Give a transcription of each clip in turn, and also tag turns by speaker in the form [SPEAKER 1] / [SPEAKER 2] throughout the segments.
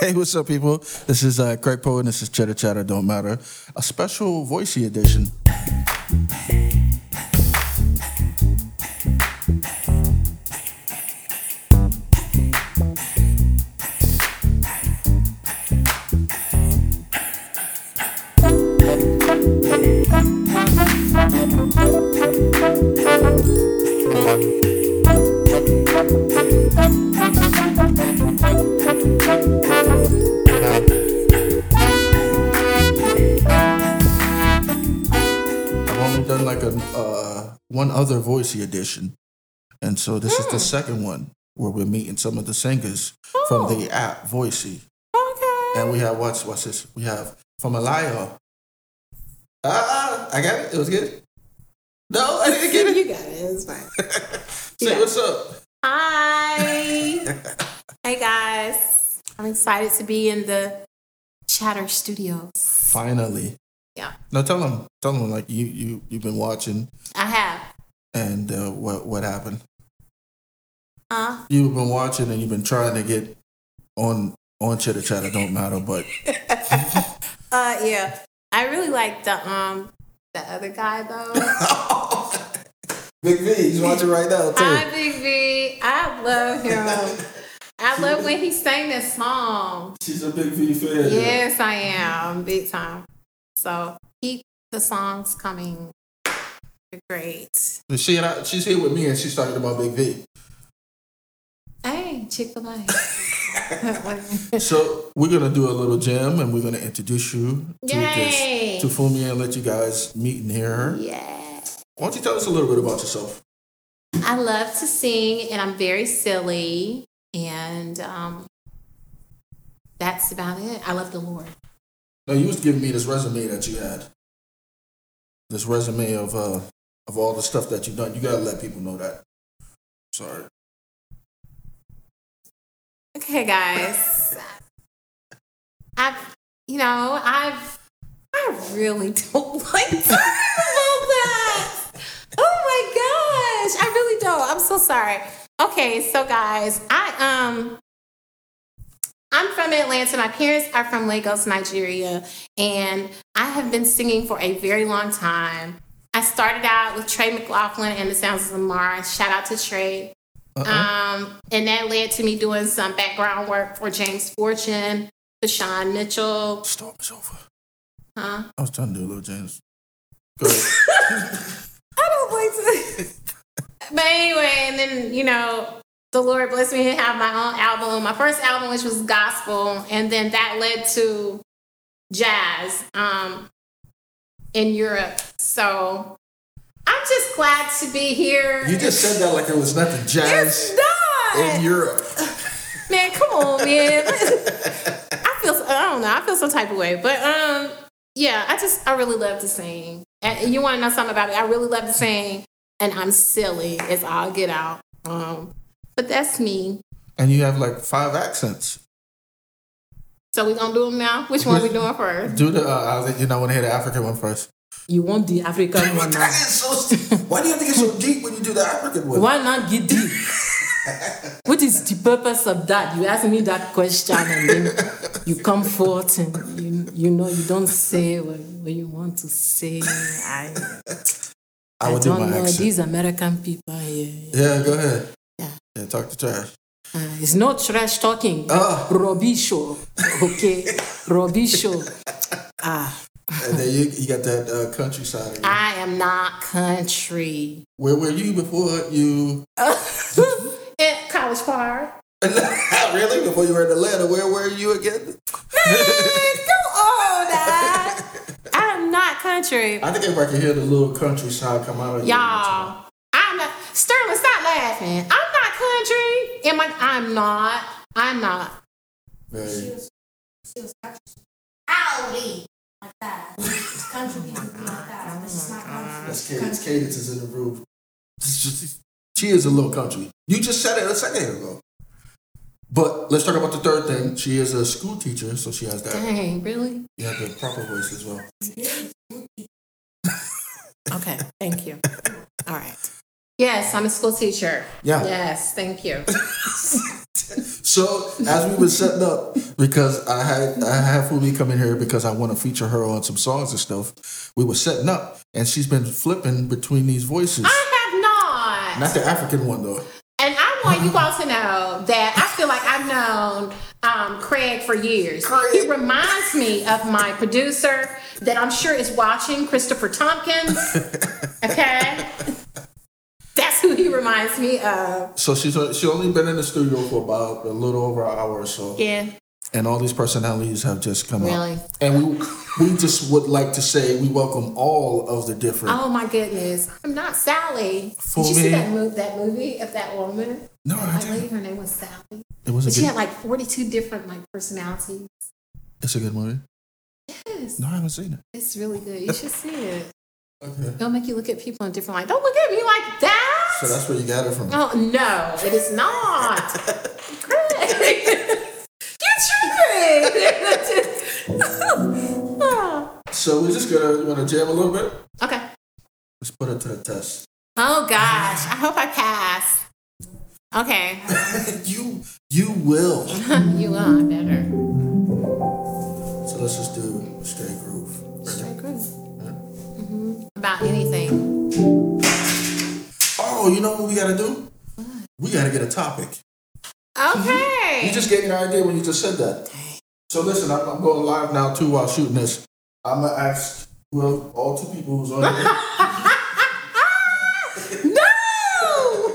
[SPEAKER 1] Hey, what's up, people? This is uh, Craig Poe, and this is Cheddar Chatter Don't Matter, a special voicey edition. I've only done like a uh, one other voicey edition, and so this is the second one where we're meeting some of the singers from the app Voicey,
[SPEAKER 2] Okay.
[SPEAKER 1] and we have what's what's this? We have from Alio. Ah, I got it. It was good. No, I didn't get it.
[SPEAKER 2] You got it. It's fine.
[SPEAKER 1] Say what's up.
[SPEAKER 2] Hi. hey guys. I'm excited to be in the Chatter Studios.
[SPEAKER 1] Finally,
[SPEAKER 2] Yeah,
[SPEAKER 1] no, tell them, tell them like you you you've been watching
[SPEAKER 2] I have.
[SPEAKER 1] and uh, what what happened.
[SPEAKER 2] Uh,
[SPEAKER 1] you've been watching and you've been trying to get on on chitter chatter don't matter but
[SPEAKER 2] uh, yeah. I really like the um the other guy though.
[SPEAKER 1] big v he's watching right now
[SPEAKER 2] Hi, Big V. I love him. I love when he sang that song.
[SPEAKER 1] she's a big v fan
[SPEAKER 2] Yes, I am. Big time. So he the song's coming. They're Great.
[SPEAKER 1] she and I, she's here with me and she's talking about big v
[SPEAKER 2] Hey, Chick-fil-A.
[SPEAKER 1] so we're gonna do a little jam and we're gonna introduce you to
[SPEAKER 2] Yay.
[SPEAKER 1] this to Fumi and let you guys meet and hear her
[SPEAKER 2] yeah.
[SPEAKER 1] why don't you tell us a little bit about yourself
[SPEAKER 2] I love to sing and I'm very silly. And um, that's about it. I love the Lord.
[SPEAKER 1] now you was giving me this resume that you had this resume of uh of all the stuff that you've done you gotta let people know that sorry
[SPEAKER 2] Okay, guys. I've, you know, I've, I really don't like talking about that. Oh my gosh. I really don't. I'm so sorry. Okay, so guys, I, um, I'm from Atlanta. My parents are from Lagos, Nigeria, and I have been singing for a very long time. I started out with Trey McLaughlin and the Sounds of Zamara. Shout out to Trey. Um, and that led to me doing some background work for James Fortune, Deshaun Mitchell.
[SPEAKER 1] Storm is over.
[SPEAKER 2] Huh?
[SPEAKER 1] I was trying to do a little James. Go ahead.
[SPEAKER 2] I don't like to. but anyway, and then, you know, the Lord blessed me to have my own album. My first album, which was gospel, and then that led to jazz um, in Europe. So I'm just glad to be here.
[SPEAKER 1] you just said that like it was nothing
[SPEAKER 2] it's
[SPEAKER 1] jazz
[SPEAKER 2] not.
[SPEAKER 1] in Europe.
[SPEAKER 2] Man, come on, man. I feel I don't know. I feel some type of way, but um, yeah. I just I really love to sing. And you want to know something about me? I really love to sing, and I'm silly as all get out. Um, but that's me.
[SPEAKER 1] And you have like five accents.
[SPEAKER 2] So we gonna do them now. Which one we doing first?
[SPEAKER 1] Do the uh, I was, you know I want to hear the African one first.
[SPEAKER 2] You want the African
[SPEAKER 1] But that is so. St- Why do you have to get so deep when you do the African one?
[SPEAKER 2] Why not get deep? what is the purpose of that? You ask me that question and then you come forth and you, you know you don't say what, what you want to say. I,
[SPEAKER 1] I will do
[SPEAKER 2] don't
[SPEAKER 1] my
[SPEAKER 2] know
[SPEAKER 1] accent.
[SPEAKER 2] these American people here.
[SPEAKER 1] Yeah, go ahead.
[SPEAKER 2] Yeah.
[SPEAKER 1] Yeah, talk to trash.
[SPEAKER 2] Uh, it's not trash talking.
[SPEAKER 1] Ah.
[SPEAKER 2] Rubbish show. Okay. Rubbish show. Ah.
[SPEAKER 1] And then you, you got that uh, countryside. again.
[SPEAKER 2] I am not country.
[SPEAKER 1] Where were you before you?
[SPEAKER 2] At College Eh, Park.
[SPEAKER 1] really? Before you were in Atlanta, where were you again?
[SPEAKER 2] Eh, Go on, I I am not country.
[SPEAKER 1] I think if I could hear the little countryside come out of you.
[SPEAKER 2] Y'all, I'm not Sterling, stop laughing. I'm not country. Am I I'm not. I'm not.
[SPEAKER 1] Very.
[SPEAKER 3] Howdy. Like that. Country people be like that. This is not country.
[SPEAKER 1] That's Cadence. Cadence is in the room. She is a little country. You just said it a second ago. But let's talk about the third thing. She is a school teacher, so she has that.
[SPEAKER 2] Dang, really?
[SPEAKER 1] You have the proper voice as well.
[SPEAKER 2] Okay, thank you.
[SPEAKER 1] Ah.
[SPEAKER 2] All right. Yes, I'm a school teacher.
[SPEAKER 1] Yeah.
[SPEAKER 2] Yes, thank you.
[SPEAKER 1] So as we were setting up, because I had I had Fumi come in here because I want to feature her on some songs and stuff. We were setting up, and she's been flipping between these voices.
[SPEAKER 2] I have not.
[SPEAKER 1] Not the African one though.
[SPEAKER 2] And I want you all to know that I feel like I've known um, Craig for years. He reminds me of my producer that I'm sure is watching, Christopher Tompkins. Okay? That's who he reminds me of.
[SPEAKER 1] So she's she only been in the studio for about a little over an hour or so,
[SPEAKER 2] Yeah.
[SPEAKER 1] and all these personalities have just come
[SPEAKER 2] Really?
[SPEAKER 1] up. And we we just would like to say we welcome all of the different.
[SPEAKER 2] Oh my goodness. I'm not Sally.
[SPEAKER 1] For
[SPEAKER 2] Did you see
[SPEAKER 1] me.
[SPEAKER 2] that, move, that movie of that woman?
[SPEAKER 1] no, I
[SPEAKER 2] I believe
[SPEAKER 1] didn't.
[SPEAKER 2] her name was Sally.
[SPEAKER 1] It was
[SPEAKER 2] But
[SPEAKER 1] a
[SPEAKER 2] she
[SPEAKER 1] good.
[SPEAKER 2] had like 42 different like personalities.
[SPEAKER 1] it's a good movie.
[SPEAKER 2] Yes,
[SPEAKER 1] No, I haven't seen it.
[SPEAKER 2] it's really good. You should see it.
[SPEAKER 1] Okay.
[SPEAKER 2] It'll make you look at people in different light. Don't look at me like that.
[SPEAKER 1] So that's where you got it from.
[SPEAKER 2] Oh no, it is not. Greg, you're tripping. Oh.
[SPEAKER 1] So we're just gonna you wanna jam a little bit.
[SPEAKER 2] okay.
[SPEAKER 1] Let's put it to the test.
[SPEAKER 2] Oh gosh, I hope I pass. Okay,
[SPEAKER 1] you you will.
[SPEAKER 2] you are better.
[SPEAKER 1] So let's just do straight groove.
[SPEAKER 2] Straight groove. Mm-hmm. About anything.
[SPEAKER 1] Oh, you know what we gotta do? We gotta get a topic. You
[SPEAKER 2] Okay.
[SPEAKER 1] just gave me an idea when you just said that. So listen, I'm, I'm going live now too while shooting this. I'm gonna ask well all two people who's on. here.
[SPEAKER 2] Ah, no.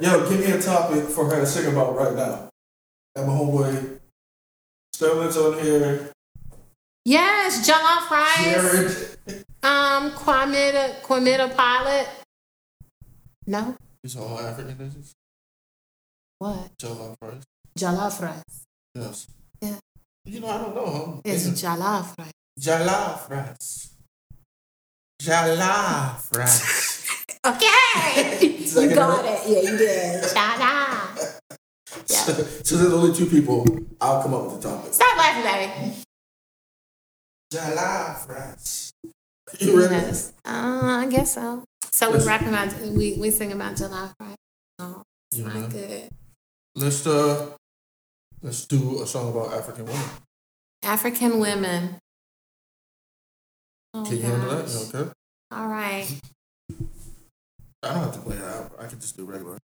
[SPEAKER 1] Yo, give me a topic for her to sing about right now. And my homeboy Sterling's on here.
[SPEAKER 2] yes, jollof rice.
[SPEAKER 1] Jared.
[SPEAKER 2] Um, Quamita, Quamita Pilot. No.
[SPEAKER 1] He's all African, is he?
[SPEAKER 2] What?
[SPEAKER 1] Joe first.
[SPEAKER 2] Jollof rice.
[SPEAKER 1] Yes.
[SPEAKER 2] Yeah.
[SPEAKER 1] You know, I don't know. huh?
[SPEAKER 2] It's jollof rice.
[SPEAKER 1] Jollof rice. Jollof rice.
[SPEAKER 2] Okay. you
[SPEAKER 1] Second
[SPEAKER 2] got
[SPEAKER 1] row.
[SPEAKER 2] it. Yeah, you did. Jollof. Yeah.
[SPEAKER 1] so, so there's only two people. I'll come up with the topic.
[SPEAKER 2] Stop laughing at me.
[SPEAKER 1] Jollof rice. You ready?
[SPEAKER 2] Yes. Uh, I guess so. So we
[SPEAKER 1] Yes.
[SPEAKER 2] rapping about we we sing about jollof rice. No, it's
[SPEAKER 1] You
[SPEAKER 2] not
[SPEAKER 1] know.
[SPEAKER 2] good.
[SPEAKER 1] Let's uh, let's do a song about African women.
[SPEAKER 2] African women. Oh,
[SPEAKER 1] Can you handle that?
[SPEAKER 2] gosh.
[SPEAKER 1] You okay?
[SPEAKER 2] All right.
[SPEAKER 1] I don't have to play it out. I can just do regular.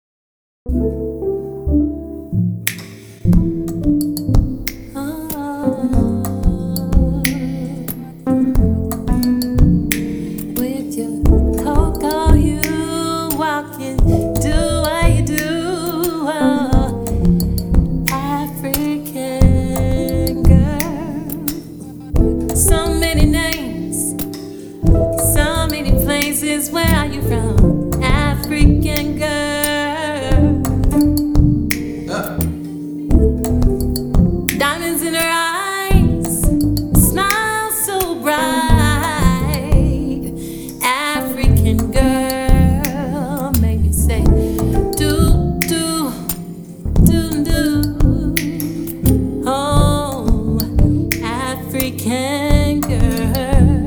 [SPEAKER 4] Ah. With your cocoa, you walking, do what you do. Ah. oh, African girl. So many names, so many places. Where are you from? African girl.
[SPEAKER 1] Yeah.
[SPEAKER 4] Diamonds in her eyes, smile so bright. African girl, make me say, do, do, do, do. Oh, African girl.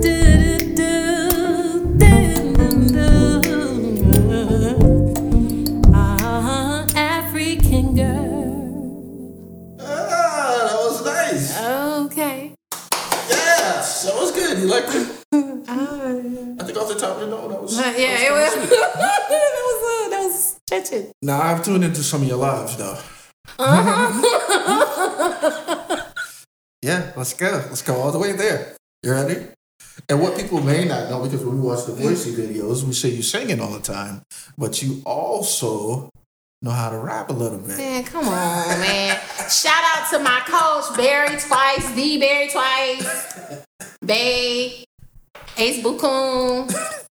[SPEAKER 4] Do, do, do, do, do, do.
[SPEAKER 2] Uh-huh,
[SPEAKER 4] Ah, African girl.
[SPEAKER 1] Ah, that was nice.
[SPEAKER 4] Okay.
[SPEAKER 1] Yes, that was good. You liked it? I think off the top of your nose, that was.
[SPEAKER 2] But Oh. yeah, it was. that was uh, that was stretching.
[SPEAKER 1] Now I've tuned into some of your lives though.
[SPEAKER 2] Uh-huh.
[SPEAKER 1] yeah, let's go. Let's go all the way there. You ready? And what people may not know, because when we watch the Boise videos, we see you singing all the time, but you also know how to rap a little bit.
[SPEAKER 2] Man, come on, man. Shout out to my coach, Barry Twice, the Barry Twice, Bay, Ace Bukun.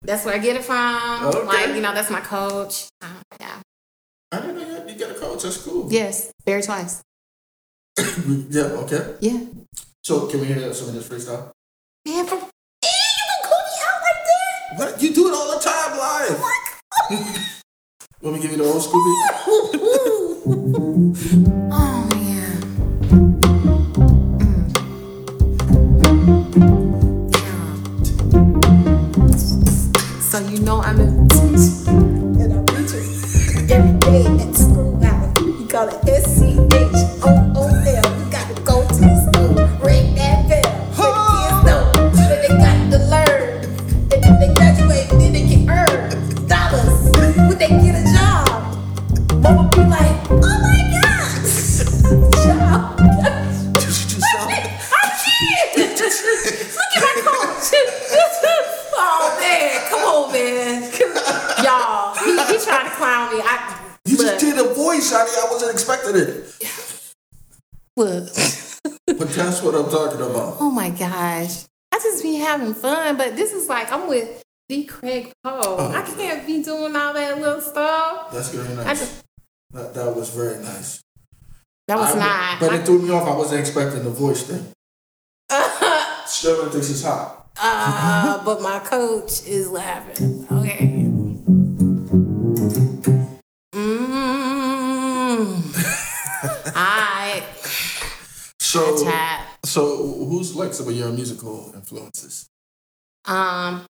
[SPEAKER 2] That's where I get it from.
[SPEAKER 1] Okay.
[SPEAKER 2] Like, you know, that's my coach. Um, yeah.
[SPEAKER 1] I didn't know you, had- you got a coach. That's cool.
[SPEAKER 2] Yes, Barry Twice.
[SPEAKER 1] yeah. Okay.
[SPEAKER 2] Yeah.
[SPEAKER 1] So can we hear some of this freestyle?
[SPEAKER 2] Man, for, Eh, you gonna call me out like that?
[SPEAKER 1] What? You do it all the time live. Let me give you the old school beat.
[SPEAKER 2] Oh, man. Mm. Yeah. So you know I'm in and I'm featured every day. H O O L. You gotta go to the school, ring that bell. So the kids know that they got to learn. That if they graduate, then they can earn dollars when they get a job. Mama be like, oh my God, job.
[SPEAKER 1] Just yourself.
[SPEAKER 2] I did. Look at my coach. oh man, come on, man, y'all. He, he trying to clown me. I
[SPEAKER 1] You
[SPEAKER 2] look,
[SPEAKER 1] just did a voice, honey. I wasn't expecting it.
[SPEAKER 2] look.
[SPEAKER 1] But that's what I'm talking about.
[SPEAKER 2] Oh my gosh, I just be having fun, but this is like I'm with the Craig Paul. I can't be doing all that little stuff.
[SPEAKER 1] That's very
[SPEAKER 2] I
[SPEAKER 1] nice.
[SPEAKER 2] just,
[SPEAKER 1] That, that was very nice.
[SPEAKER 2] that was
[SPEAKER 1] I-
[SPEAKER 2] not.
[SPEAKER 1] But
[SPEAKER 2] I-
[SPEAKER 1] it threw me off. I wasn't expecting the voice thing. Sterling thinks it's hot.
[SPEAKER 2] Uh, but my coach is laughing. Okay. Mm. I
[SPEAKER 1] So,
[SPEAKER 2] chat.
[SPEAKER 1] so who's like some of your musical influences?
[SPEAKER 2] Um,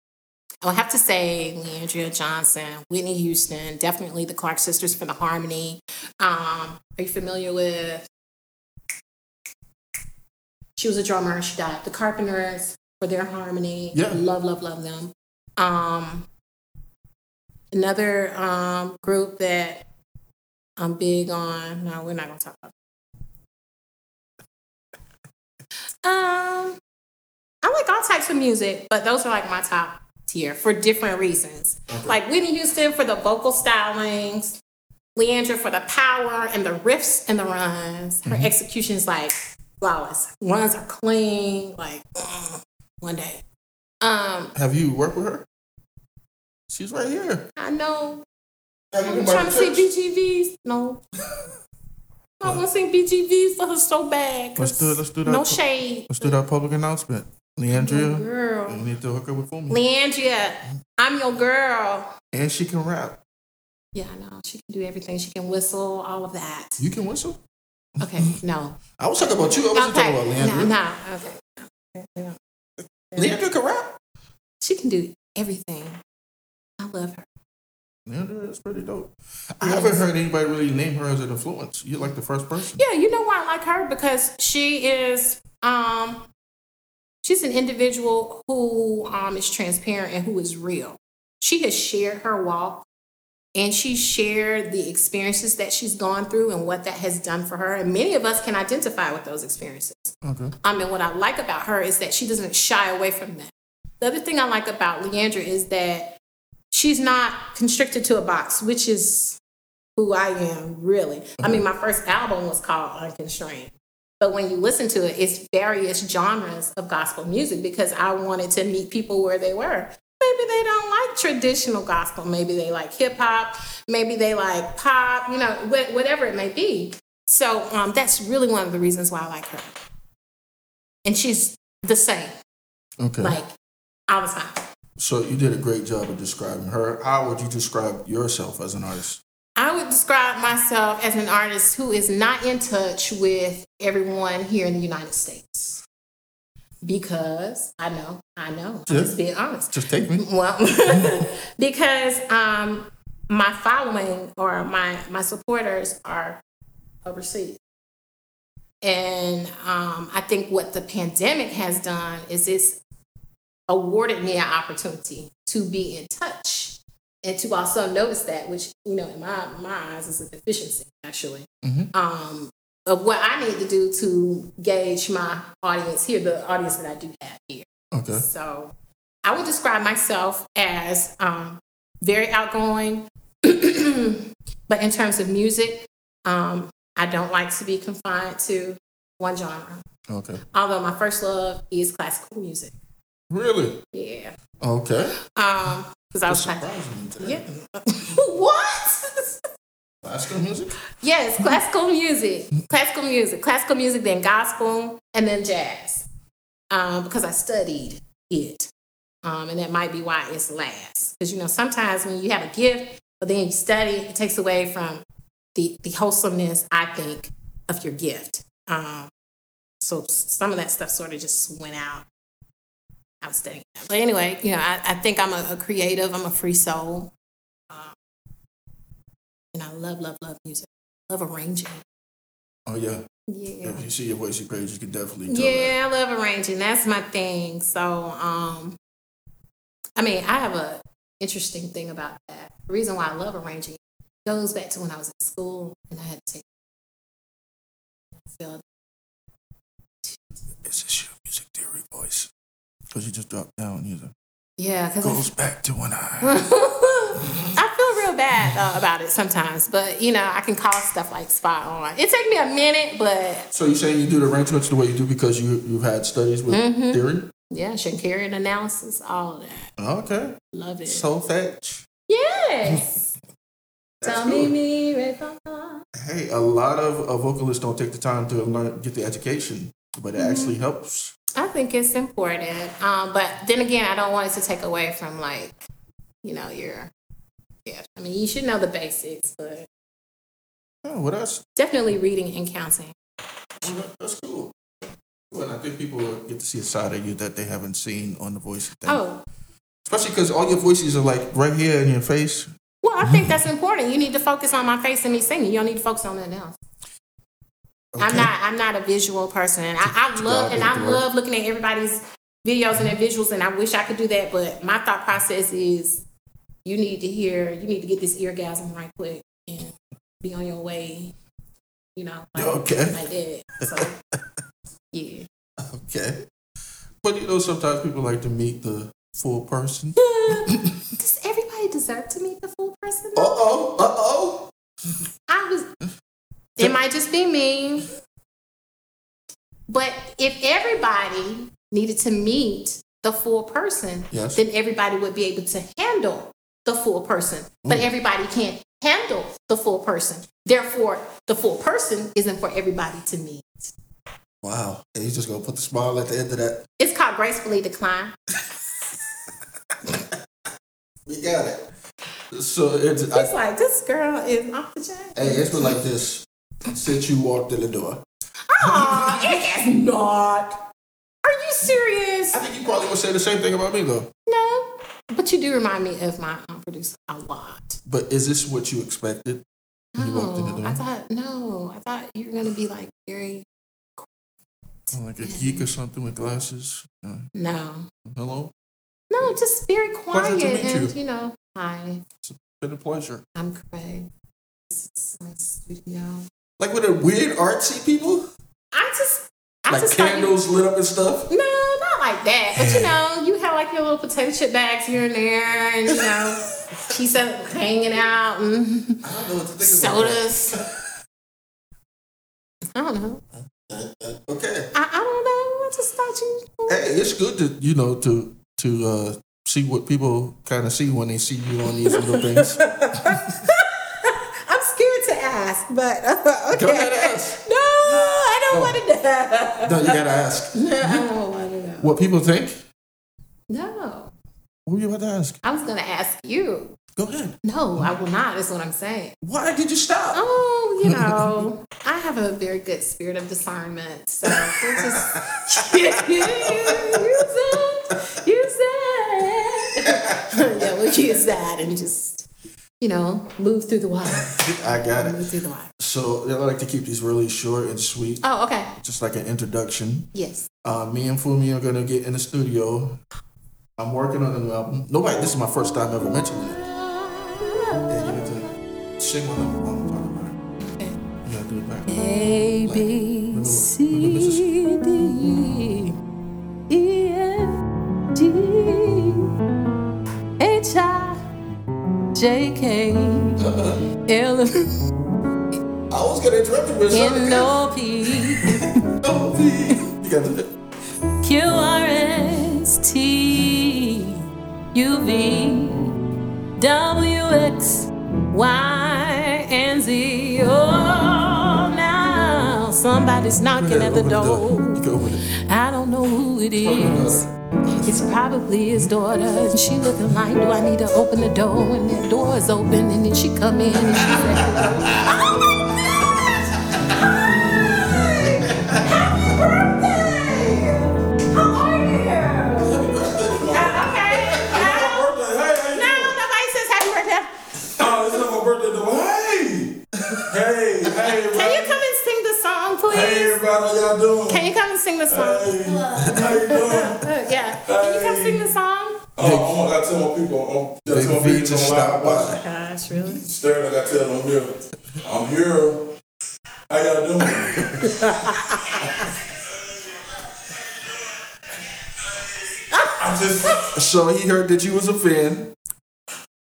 [SPEAKER 2] I would have to say Leandria Johnson, Whitney Houston, definitely the Clark sisters for the harmony. Um, are you familiar with? She was a drummer. She died. The Carpenters for their harmony.
[SPEAKER 1] Yeah.
[SPEAKER 2] love, love, love them. Um, another um group that I'm big on. No, we're not gonna talk about. That. Um. I like all types of music, but those are like my top tier for different reasons. Like Whitney Houston for the vocal stylings, Leandra for the power and the riffs and the runs.
[SPEAKER 1] Mm-hmm.
[SPEAKER 2] Her execution's like flawless. Runs are clean, like mm, one day. Um,
[SPEAKER 1] Have you worked with her? She's right here.
[SPEAKER 2] I know
[SPEAKER 1] Have you
[SPEAKER 2] I'm
[SPEAKER 1] been by
[SPEAKER 2] trying
[SPEAKER 1] the
[SPEAKER 2] to see
[SPEAKER 1] church?
[SPEAKER 2] BGVs. No. I want to sing BGVs for her so bad.
[SPEAKER 1] Let's do it, let's do that.
[SPEAKER 2] No shade.
[SPEAKER 1] Let's do that public announcement. Leandria,
[SPEAKER 2] Girl.
[SPEAKER 1] you need to hook up with me.
[SPEAKER 2] Leandria, I'm your girl.
[SPEAKER 1] and she can rap.
[SPEAKER 2] Yeah, I know. She can do everything. She can whistle, all of that.
[SPEAKER 1] You can whistle.
[SPEAKER 2] Okay, no.
[SPEAKER 1] I was talking about you. I wasn't
[SPEAKER 2] okay.
[SPEAKER 1] talking about Leandria.
[SPEAKER 2] No, no. Okay.
[SPEAKER 1] Leandria can rap.
[SPEAKER 2] She can do everything. I love her.
[SPEAKER 1] Leandria is pretty dope. I haven't heard anybody really name her as an influence. You're like the first person.
[SPEAKER 2] Yeah, you know why I like her? Because she is um she's an individual who um is transparent and who is real. She has shared her walk and she shared the experiences that she's gone through and what that has done for her. And many of us can identify with those experiences.
[SPEAKER 1] Okay.
[SPEAKER 2] Um, and what I like about her is that she doesn't shy away from that. The other thing I like about Leandra is that she's not constricted to a box, which is who I am, really. I mean, my first album was called Unconstrained. But when you listen to it, it's various genres of gospel music because I wanted to meet people where they were. Maybe they don't like traditional gospel. Maybe they like hip hop. Maybe they like pop, you know, wh- whatever it may be. So um, that's really one of the reasons why I like her and she's the same,
[SPEAKER 1] Okay.
[SPEAKER 2] like all the time.
[SPEAKER 1] so you did a great job of describing her. How would you describe yourself as an artist?
[SPEAKER 2] I would describe myself as an artist who is not in touch with everyone here in the United States because I know, I know, I'm just being honest.
[SPEAKER 1] Just take me.
[SPEAKER 2] Well, because um, my following or my my supporters are overseas, and um, I think what the pandemic has done is it's awarded me an opportunity to be in touch and to also notice that, which you know, in my my eyes, is a deficiency actually. Um, of what I need to do to gauge my audience here, the audience that I do have here.
[SPEAKER 1] Okay.
[SPEAKER 2] So I would describe myself as um, very outgoing, but in terms of music, um, I don't like to be confined to one genre.
[SPEAKER 1] Okay.
[SPEAKER 2] Although my first love is classical music.
[SPEAKER 1] Really?
[SPEAKER 2] Yeah.
[SPEAKER 1] Okay.
[SPEAKER 2] Um, because I was classical.
[SPEAKER 1] Surprising me today.
[SPEAKER 2] Yeah. what?
[SPEAKER 1] Classical music.
[SPEAKER 2] yes, classical music, classical music, classical music, then gospel, and then jazz. Um, because I studied it. Um, and that might be why it's last. Because you know, sometimes when you have a gift, but then you study, it takes away from the the wholesomeness, I think, of your gift. Um, so s- some of that stuff sort of just went out. I was studying. But anyway, you know, I, I think I'm a, a creative, I'm a free soul. Um, and I love, love, love music. Love arranging.
[SPEAKER 1] Oh, yeah.
[SPEAKER 2] Yeah.
[SPEAKER 1] If you see your voice, you crazy, you can definitely tell that.
[SPEAKER 2] Yeah, I love arranging. That's my thing. So, um, I mean, I have a interesting thing about that. The reason why I love arranging goes back to when I was in school and I had to take. So,
[SPEAKER 1] Is this your music theory voice? Because you just dropped down. You know,
[SPEAKER 2] yeah, because
[SPEAKER 1] goes back to when I.
[SPEAKER 2] I feel real bad uh, about it sometimes, but you know, I can call stuff like spot on. It take me a minute, but
[SPEAKER 1] So you saying you do the arrangements the way you do because you you've had studies with
[SPEAKER 2] Mm-hmm.
[SPEAKER 1] theory?
[SPEAKER 2] yeah, Shankarian analysis, all of that.
[SPEAKER 1] Okay.
[SPEAKER 2] Love it.
[SPEAKER 1] So fetch.
[SPEAKER 2] yes.
[SPEAKER 1] That's
[SPEAKER 2] Tell me,
[SPEAKER 1] good.
[SPEAKER 2] me, re, fa, fa.
[SPEAKER 1] Hey, a lot of uh, vocalists don't take the time to learn, get the education, but it actually
[SPEAKER 2] Mm-hmm.
[SPEAKER 1] helps.
[SPEAKER 2] I think it's important. Um, but then again, I don't want it to take away from like, you know, your yeah. I mean, you should know the basics, but
[SPEAKER 1] Yeah, Oh, well, that's
[SPEAKER 2] definitely reading and counting.
[SPEAKER 1] well, that- that's cool. Well, I think people will get to see a side of you that they haven't seen on the voice. Thing.
[SPEAKER 2] Oh,
[SPEAKER 1] Especially because all your voices are like right here in your face.
[SPEAKER 2] well, I think that's important. You need to focus on my face and me singing. You don't need to focus on nothing else. I'm
[SPEAKER 1] Okay.
[SPEAKER 2] not. I'm not a visual person. I, I love and I love looking at everybody's videos and their visuals, and I wish I could do that. But my thought process is, you need to hear. You need to get this eargasm right quick and be on your way. You know, like,
[SPEAKER 1] Okay.
[SPEAKER 2] like that. So, yeah.
[SPEAKER 1] Okay. But you know, sometimes people like to meet the full person.
[SPEAKER 2] Does everybody deserve to meet the full person?
[SPEAKER 1] Uh oh, uh oh.
[SPEAKER 2] I was. It might just be me. But if everybody needed to meet the full person,
[SPEAKER 1] Yes.
[SPEAKER 2] then everybody would be able to handle the full person.
[SPEAKER 1] Mm.
[SPEAKER 2] But everybody can't handle the full person. Therefore, the full person isn't for everybody to meet.
[SPEAKER 1] Wow. And you just gonna put the smile at the end of that.
[SPEAKER 2] It's called gracefully decline.
[SPEAKER 1] We got it. So it's, I,
[SPEAKER 2] It's like this girl is off the chain.
[SPEAKER 1] hey, it's been like this since you walked in the door.
[SPEAKER 2] Aw, it is not. Are you serious?
[SPEAKER 1] I think you probably would say the same thing about me though.
[SPEAKER 2] No, but you do remind me of my um, producer a lot.
[SPEAKER 1] But is this what you expected when you walked in the
[SPEAKER 2] No,
[SPEAKER 1] door?
[SPEAKER 2] I thought no, I thought you were gonna be like very
[SPEAKER 1] like a geek or something with glasses. Uh,
[SPEAKER 2] no,
[SPEAKER 1] hello.
[SPEAKER 2] no, just very
[SPEAKER 1] Pleasure
[SPEAKER 2] quiet
[SPEAKER 1] to meet
[SPEAKER 2] and
[SPEAKER 1] you.
[SPEAKER 2] you know, hi,
[SPEAKER 1] Been a pleasure.
[SPEAKER 2] I'm Craig. This is my studio.
[SPEAKER 1] Like with the weird artsy people,
[SPEAKER 2] I just, I
[SPEAKER 1] like
[SPEAKER 2] just thought
[SPEAKER 1] candles lit up and stuff.
[SPEAKER 2] You, no, not like that. But you know, you have like your little potato chip bags here and there, and you know, she's up hanging out and
[SPEAKER 1] I don't know what to think about. that.
[SPEAKER 2] sodas. I don't know.
[SPEAKER 1] Okay.
[SPEAKER 2] I, I don't know. I just thought you.
[SPEAKER 1] hey, it's good to you know to to uh, see what people kind of see when they see you on these little things.
[SPEAKER 2] I'm scared to ask, but uh, okay.
[SPEAKER 1] Go ahead, ask.
[SPEAKER 2] No, I don't want to know.
[SPEAKER 1] No, you gotta ask
[SPEAKER 2] No, I don't want to know.
[SPEAKER 1] what people think.
[SPEAKER 2] No,
[SPEAKER 1] What were you about to ask?
[SPEAKER 2] I was gonna ask you.
[SPEAKER 1] Go ahead.
[SPEAKER 2] No, I will not. Is what I'm saying.
[SPEAKER 1] Why did you stop?
[SPEAKER 2] Oh, you know, I have a very good spirit of discernment, so we'll just use that, use that. yeah, we'll use that and just, you know, move through the water,
[SPEAKER 1] I got it.
[SPEAKER 2] move through the water.
[SPEAKER 1] So I like to keep these really short and sweet,
[SPEAKER 2] Oh, okay.
[SPEAKER 1] just like an introduction.
[SPEAKER 2] Yes.
[SPEAKER 1] Uh, me and Fumi are gonna get in the studio. I'm working on a new album. Nobody, this is my first time ever mentioning it. Yeah, you have to sing one of them. while I'm talking about it. You gotta do it back.
[SPEAKER 4] A B C D E F G H I J K L M
[SPEAKER 1] I was gonna interrupt you, but it's
[SPEAKER 4] N
[SPEAKER 1] okay.
[SPEAKER 4] O P
[SPEAKER 1] you got the
[SPEAKER 4] Q R S T U V W X Y and Z. Oh, now somebody's knocking at the door.
[SPEAKER 1] You can open it.
[SPEAKER 4] I don't know who it is. It's probably his daughter, and she looking like, do I need to open the door? And that door is open, and then she come in, and she said, hello. Oh my
[SPEAKER 2] No, nobody says happy birthday.
[SPEAKER 5] Oh, it's not my birthday though. Hey! Hey, hey,
[SPEAKER 2] Can you come and sing the song
[SPEAKER 5] Hey,
[SPEAKER 2] please?
[SPEAKER 5] everybody, how y'all doing?
[SPEAKER 2] Can you come and sing the song?
[SPEAKER 5] Hey, how you doing?
[SPEAKER 2] Uh, yeah. Can you come sing the song?
[SPEAKER 5] Oh, I want I tell my people, I'm, I tell
[SPEAKER 1] Big
[SPEAKER 5] my
[SPEAKER 1] V
[SPEAKER 5] people
[SPEAKER 1] just
[SPEAKER 5] I'm live
[SPEAKER 1] stopped
[SPEAKER 5] watching.
[SPEAKER 2] Gosh, really?
[SPEAKER 5] Staring like I tell them I'm here. I'm here. How y'all doing? Hey, I'm just,
[SPEAKER 1] So he heard that you was a fan.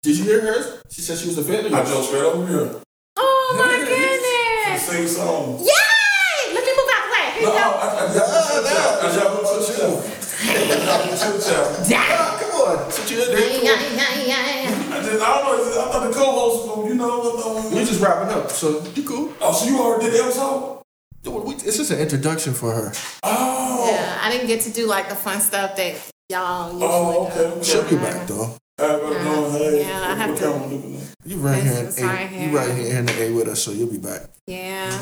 [SPEAKER 5] did you hear hers? She said she was a fan of
[SPEAKER 1] I
[SPEAKER 5] yours.
[SPEAKER 1] jumped straight over here.
[SPEAKER 2] Oh my goodness!
[SPEAKER 5] Sing songs.
[SPEAKER 2] Yay! Let me move out the way. Here you go.
[SPEAKER 5] I
[SPEAKER 2] Dang.
[SPEAKER 1] Ah, Come on.
[SPEAKER 2] Yeah, yeah, yeah, yeah.
[SPEAKER 5] thought the co-host, you know, uh,
[SPEAKER 1] You're just wrapping up, so you cool.
[SPEAKER 5] oh, so you already did the episode?
[SPEAKER 1] Dude, we, it's just an introduction for her.
[SPEAKER 5] Oh,
[SPEAKER 2] Yeah, I didn't get to do like the fun stuff that y'all usually
[SPEAKER 5] oh, okay.
[SPEAKER 2] do.
[SPEAKER 1] She'll be back though.
[SPEAKER 5] Everybody doing, hey,
[SPEAKER 2] Uh, Yeah, I have
[SPEAKER 5] what
[SPEAKER 2] to-
[SPEAKER 5] y'all doing?
[SPEAKER 1] You right here,
[SPEAKER 2] This is
[SPEAKER 1] in
[SPEAKER 2] right
[SPEAKER 1] A,
[SPEAKER 2] here.
[SPEAKER 1] you right here in the A with us, so you'll be back.
[SPEAKER 2] Yeah,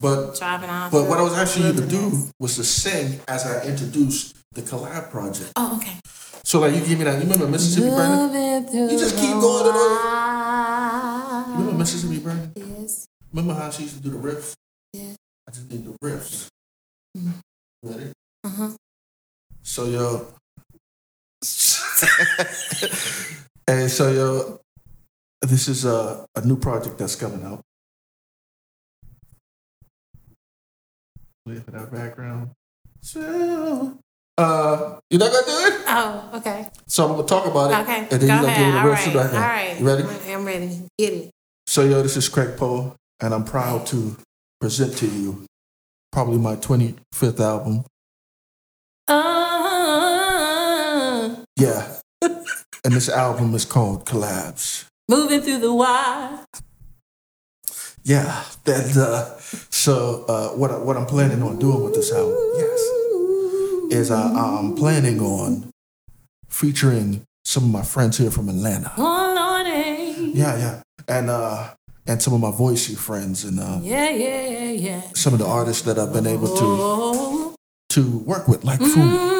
[SPEAKER 1] But
[SPEAKER 2] driving off.
[SPEAKER 1] but
[SPEAKER 2] the
[SPEAKER 1] what I was asking you to do
[SPEAKER 2] wilderness.
[SPEAKER 1] was to sing as I introduced the collab project.
[SPEAKER 2] Oh, okay.
[SPEAKER 1] So like you give me that. You remember Mississippi Burning? You just keep going to those. You remember Mississippi Burning?
[SPEAKER 2] Yes.
[SPEAKER 1] Remember how she used to do the riffs?
[SPEAKER 2] Yeah. Mm-hmm.
[SPEAKER 1] I just need the riffs. Ready?
[SPEAKER 2] Uh-huh.
[SPEAKER 1] So yo. hey, so yo, this is a, a new project that's coming out. Wait for that background. So, uh, you're not gonna do it.
[SPEAKER 2] Oh, okay.
[SPEAKER 1] So I'm gonna talk about it,
[SPEAKER 2] Okay.
[SPEAKER 1] and then
[SPEAKER 2] Go
[SPEAKER 1] you're gonna
[SPEAKER 2] ahead.
[SPEAKER 1] do the
[SPEAKER 2] All
[SPEAKER 1] rest
[SPEAKER 2] right.
[SPEAKER 1] of the
[SPEAKER 2] All
[SPEAKER 1] background.
[SPEAKER 2] right.
[SPEAKER 1] You ready?
[SPEAKER 2] I'm ready. Get it.
[SPEAKER 1] So yo, this is Craig Poe, and I'm proud to present to you probably my 25th album.
[SPEAKER 6] Uh,
[SPEAKER 1] Yeah, and this album is called Collabs.
[SPEAKER 6] moving through the wild.
[SPEAKER 1] Yeah, that. Uh, so uh, what I, what I'm planning on doing with this album, yes, is uh, I, I'm planning on featuring some of my friends here from Atlanta.
[SPEAKER 6] Oh, Lordy.
[SPEAKER 1] Yeah, yeah, and uh, and some of my voicey friends and uh,
[SPEAKER 6] Yeah, yeah, yeah, yeah.
[SPEAKER 1] some of the artists that I've been able to
[SPEAKER 6] Oh.
[SPEAKER 1] to work with, like
[SPEAKER 2] Mm-hmm.
[SPEAKER 1] Food.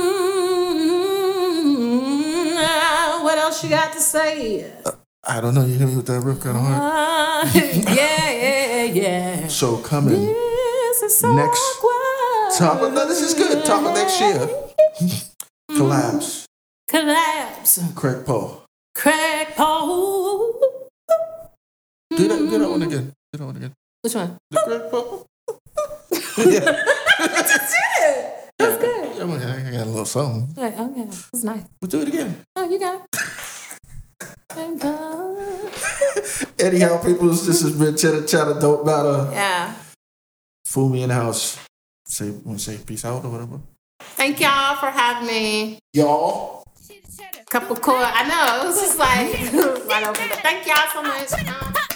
[SPEAKER 6] Mm, ah, what else you got to say?
[SPEAKER 1] Uh. I don't know, you hear me with that riff kind of hard.
[SPEAKER 6] Ah, yeah, yeah, yeah.
[SPEAKER 1] So coming
[SPEAKER 6] This is so
[SPEAKER 1] Next
[SPEAKER 6] awkward.
[SPEAKER 1] top of no, this is good. Top of next year, collapse.
[SPEAKER 6] Collapse.
[SPEAKER 1] Craig Poe.
[SPEAKER 6] Crack pole.
[SPEAKER 1] Do that. Do that one again. Do that one again.
[SPEAKER 6] Which one?
[SPEAKER 1] The Craig Poe. yeah.
[SPEAKER 6] That's good.
[SPEAKER 1] Yeah, well, I got a little something.
[SPEAKER 6] Right, oh, okay, that's nice.
[SPEAKER 1] We'll do it again.
[SPEAKER 6] Oh, you got it.
[SPEAKER 1] Anyhow, people, this has been Cheddar Chatter Don't Matter.
[SPEAKER 2] Yeah.
[SPEAKER 1] Fool me in the house. Say, want to say peace out or whatever?
[SPEAKER 2] Thank y'all for having me.
[SPEAKER 1] Y'all.
[SPEAKER 2] Couple core. I know. It was just like, wide open. But Thank y'all so much. Um,